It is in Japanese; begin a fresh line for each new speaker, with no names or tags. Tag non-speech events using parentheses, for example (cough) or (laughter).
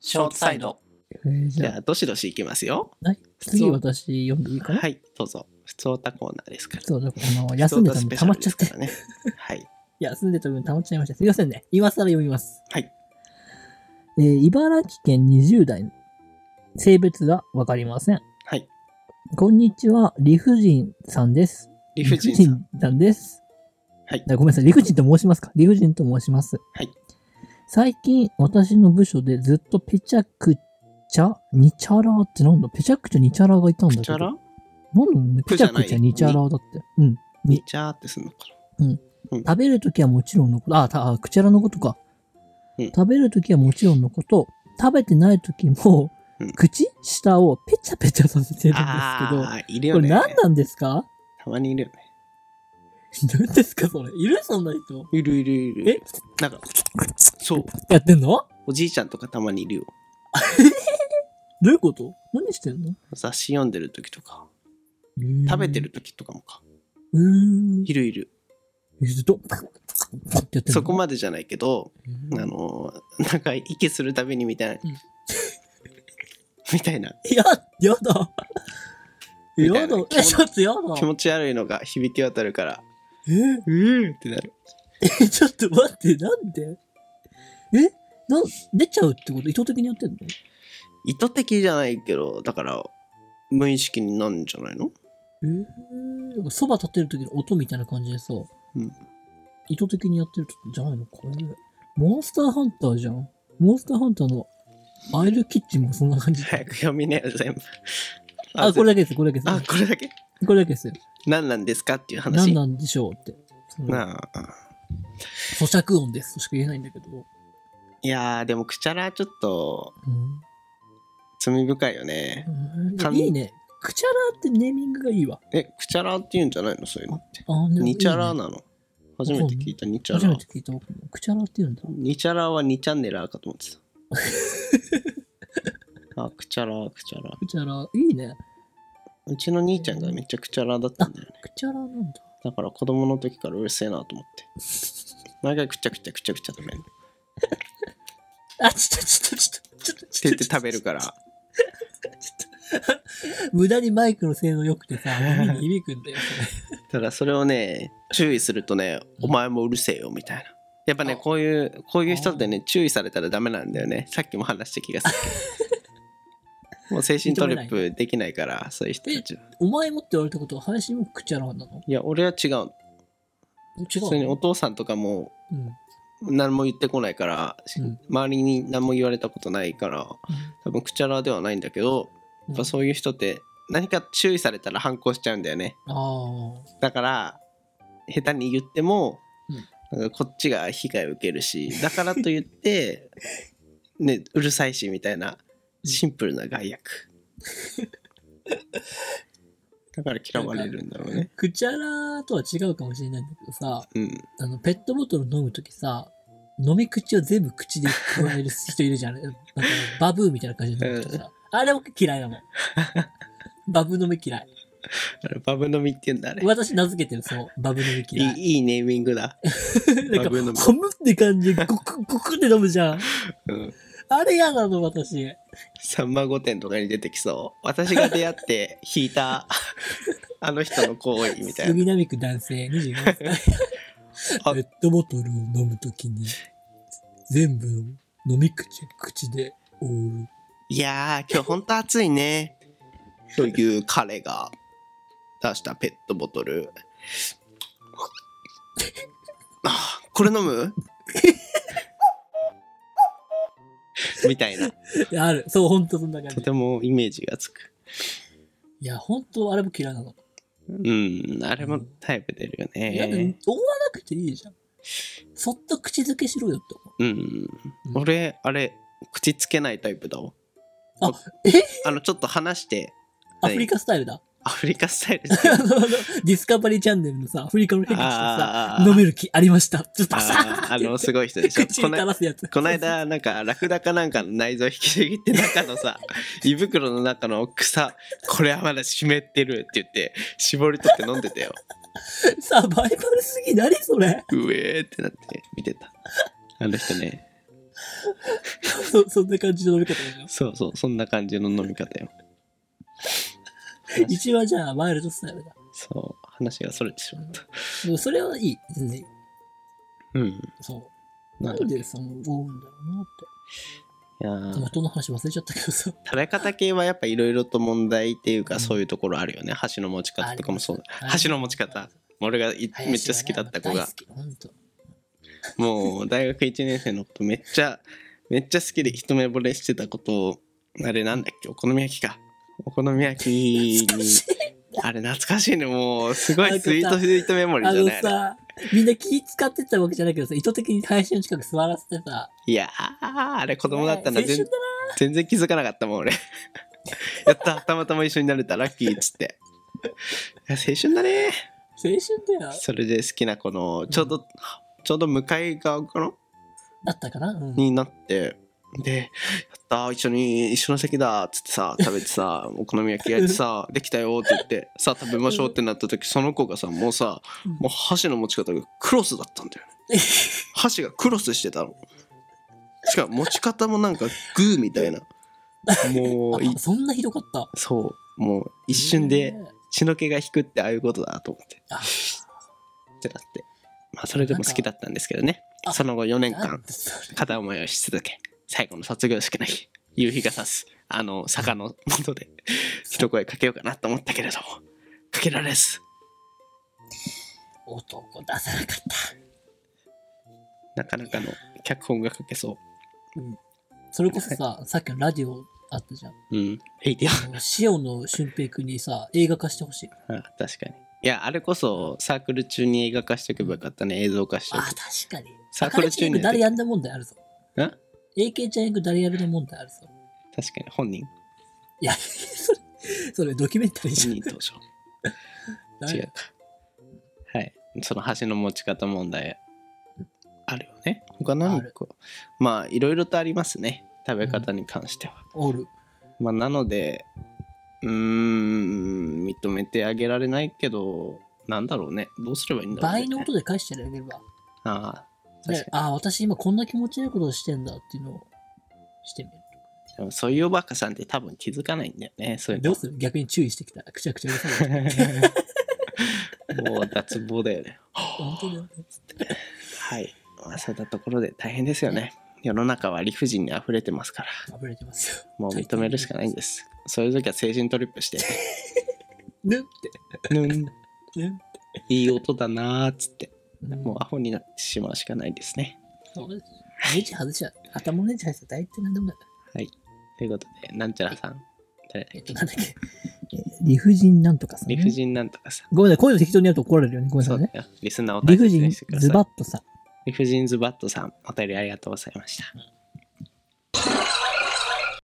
ショートサイド。
えーじ
じ
ゃ
ゃあ、どしどしいきますよ。
あ、はい次私読んでいいかな、
はい、どうぞ。普通オタコーナーですから。
そうだからあの休んでた分溜まっち
普通オタ
ゃって。
スペシャルですからね。はい。
休んでた分溜まっちゃいました。すいませんね。今更読みます。
はい。
えー茨城県20代。性別がわかりません。
はい。
こんにちは、理不尽さんです。
理不尽さん。
理不尽さんです。
はい
あごめんなさい、理不尽と申しますか。理不尽と申します。
はい。
最近、私の部署でずっとペチャクチャ、ニチャラーってなんだペチャクチャニチャラーがいたんだけ
ピ
ど。
チャラ
なんだろうね。
プ
ペ
じ
チ
ゃ
ャ
ない
クチャニチャラーだって。うん。
ニチャーってすんのか
食べるときはもちろんのこと、あ、たあクチャラのことか。
うん
食べるときはもちろんのこと、食べてないときも、
うん
口下をペチャペチャさせてるん
な。
です
ああ、いる
けど、
よ
これ
ね。
何なんですか
たまにいるよね。
何ですかそれ。いるそんな人。
いるいるいる。
え
なんか、そう、
やってんの
おじいちゃんとかたまにいるよ。
どういうこと何してんの
雑誌読んでる時とか、食べてる。時とかもか。
うーん。
いるいる。
えずっと、パッパッってやってんの
そこまでじゃないけど、
うん
あのー、なんか、息するたびにみたいな
うん。
(laughs) みたいな。
や、やだ。
みた
や
いな
だ。え、ちょっとやだ。
気持ち悪いのが響き渡るから、
え
うーってなる。
え、ちょっと待って、なんでえなん、出ちゃうってこと意図的にやってんの
意図的じゃないけど、だから、無意識になんじゃないの
えー、なんかそば立てる時の音みたいな感じでさ、
うん
意図的にやってるじゃないのこれ、モンスターハンターじゃん。モンスターハンターのアイルキッチンもそんな感じ。
早く読みねよ、全部。
あ、これだけです、これだけ
あ
で、
これだけ
す。これだけですよ。
何なんですかっていう話。
何なんでしょうって。その
なあ
咀嚼音ですとしか言えないんだけど。
いやー、でも、くちゃらちょっと、
うん
罪深いよね。
うん、いいね。クチャラーってネーミングがいいわ。
え、くちゃらって言うんじゃないのそういうのって。
あでもいいね
にちゃらなの。初めて聞いた、にちゃ
初
ら
め。て聞いた。クチャラーって言うんだ。
にちゃらはにチャンネラーかと思
(laughs)
ってた。あ、くちゃら、くちゃら。
クチャラー、いいね。
うちの兄ちゃんがめっちゃくちゃらだったんだよね。
クチャラーなんだ。
だから子供の時からうるせえなと思 (laughs) って。毎回くちゃくちゃくちゃくちゃ食べる。って
あ、ちょっとちょっとちょっとちょっと。
言って食べるから。
無駄にマイクの性能良くてさ、耳に響くんだよ。
ただそれをね、注意するとね、お前もうるせえよみたいな。やっぱね、
あ
こういう、こういう人ってね、注意されたらダメなんだよね。さっきも話した気がするけど。 (laughs) もう精神トリップできないから、そういう人たちは。
お前もって言われたことは林もくちゃらなの
いや、俺は違うの。普
違うの
通にお父さんとかも
うん。
何も言ってこないから、
うん
周りに何も言われたことないから、多分くちゃらではないんだけど、やっぱそういう人って何か注意されたら反抗しちゃうんだよね。
ああ。
だから、下手に言っても、なんかこっちが被害を受ける (laughs) し、だからといって、ね、うるさいしみたいな、シンプルな害悪。だから嫌われるんだろうね。
くちゃらとは違うかもしれないんだけどさ、
うん。
あの、ペットボトル飲むときさ、飲み口を全部口で加える人いるじゃん。なんかバブーみたいな感じで飲む人さ。あれ僕嫌いなの。バブ飲み嫌い。
あれ、バブ飲みって言うんだ、あれ。
私名付けてる、そう。バブ飲み嫌
い
い。
いいいネーミングだ。
なん
バブ飲み
か、ハムって感じでゴクゴクって飲むじ
(laughs)
ゃん。
うん。
あれ嫌なの、私。
サンマ御殿とかに出てきそう。私が出会って引い (laughs) た、あの人の行為みたいな。
杉並区男性24歳。
あ
ペットボトルを飲むときに、全部飲み口、口で覆う。
いやー、今日ほんと暑いね。という彼が出したペットボトル。あこれ飲
(laughs)
むみたいな。
である。そう、ほんとそんな感
と
じ。
てもイメージがつく。
いや、ほんとあれも嫌いなの。
うん、あれもタイプ出るよ
いや、でも
ね。
覆わなくていいじゃん。そっと口づけしろよって思
うん。
うん
俺、あれ、口つけないタイプだわ。
う。あ、え
あの、ちょっと話して、
アフリカスタイルだ。 (laughs)
アフリカスタイルで
あ (laughs) のあのディスカバリーチャンネルのさ、アフリカの変化して
あ
さ、
ー
飲める気ありました。ちょっとバサ
あー
ー
あ
って言
の、
って
すごい人でしょ。
(laughs) 口
こ
に
な
垂らすやつ。
この間、なんか、ラクダかなんかの内臓引きちぎって、中の
(laughs)
さ、胃袋の中の草、これはまだ湿ってるって言って、絞り取って飲んでたよ。 (laughs)
サバイバルすぎ、何それ (laughs)
うえーってなって見てた。あの人ね。
そそんな感じの飲み方だよ。
そうそう、そんな感じの飲み方よ。
一番じゃあ、ワイルドスタイルだ。
そう、話がそれてしまった。
でもそれはいい。全然いい。
うん。
そう。な
なん
ん
い
でその思うんだろうなっ
や
て。で
ー
も人の話忘れちゃったけどさ。
食べ方系はやっぱいろいろと問題っていう
う
か
ん
そういうところあるよね。箸の持ち方とかもそうだ。箸の持ち方。俺がいめっちゃ好きだった子が
大好、き、本当。
もう大学1年生のことめっちゃ、めっちゃ好きで一目惚れしてたことを、あれなんだっけ、お好み焼きか。お好み焼きに
懐かしい。
あれ懐かしいね。もう、すご
なん
い
かさ
スイートスイートメモリー
あ
じゃ
の
ないあれ
さ、みんな気使ってたわけじゃないけどさ、意図的に会心の近く座らせてさ、
いやー、あれ子供だったんだ。
ねえ
全
青春だな
全然気づかなかったもん、俺。 (laughs) やった、たまたま一緒になれた、ラッキーっつって。いや青春だね。
青春だよ。
それで好きな子の、ちょうど、ちょうど向かい側かな
だったかなうん。
になって、で、やった、一緒に、一緒の席だ、っつってさ、食べて (laughs) さ、お好み焼き焼いてさ、できたよって言って、さ、食べましょうってなった時、その子がさ、もうさ、
うん
もう箸の持ち方がクロスだったんだよね。箸がクロスしてたの。しかも持ち方もなんかグーみたいな。もうい
あ、そんなひどかった。
そう、もう一瞬で
ね
血の気が引くってああいうことだと思って。
あ
ってなって。まあそれでも好きだったんですけどね
なん。か
その後4
え。
年
なん
間
でそれ
片思いをし続け、最後の卒業式の日、夕日が差す、あの坂の元で一声かけようかなと思ったけれども、かけられず、
男出さなかっ
なかなかの脚本が書けそ
た。それこそさ、さっきのラジオあったじゃん。
う。うん。ヘイディ
あの塩野俊平君にさ、映画化してほしい。
ア。あ確かに。いや、あれこそサークル中に映画化しておけばよかったね、映像化して
あ
お
ー、
けば。
確かに。
サークル中に
赤ちゃん役誰やんだ問題あるぞ。
ん
AK ちゃん役誰やるの問題あるぞ。
確かに、本人
いや、それ、それドキュメンタリーじゃん
に。登場。
誰
違うか。はい。その橋の持ち方問題あるよね。他何か。まあ、いろいろとありますね。食べ方に関しては。
おる。
まあ、なので、うーん、認めてあげられないけど、なんだろうね。どうすればいいんだろう、ね。
倍の音で返してあげれば。
ああ、確
で
か
ああ、私今こんな気持ち悪いことをしてんだっていうのをしてみる。
に。でもそういうおばかさんって多分気づかないんだよね。そういう
ど
の。
うする逆に注意してきた。くちゃくちゃうるさ
(laughs)
い。
もう脱帽だよね。
本当だよね。
はい。まあ、そういったところで大変ですよね。世の中は理不尽に溢れてますから。
あぶれてますよ。
もう認めるしかないんです。そういう時は精神トリップして、
(laughs) ぬって。
うん
ぬっ
いい音だなーっつって、
て。
もうアホになってしまうしかないですね。
そうです。ネジ外しちゃう。頭のネジ外しちゃ大体何でもない。
ということで、なんちゃらさん、誰だ
え
っ
っ
け
と、なんだっけ。理不尽なんとかさ、
理不尽なんとかさ、
ごめんなさい、こういうの適当にやると怒られるよね。ごめん
そ
なさいうね。
だよ、リスナーを
理
大
不
切
尽
にしてくだ
ズ
さい
バッとさん。
理不尽ズバットさん、お便りありがとうございました。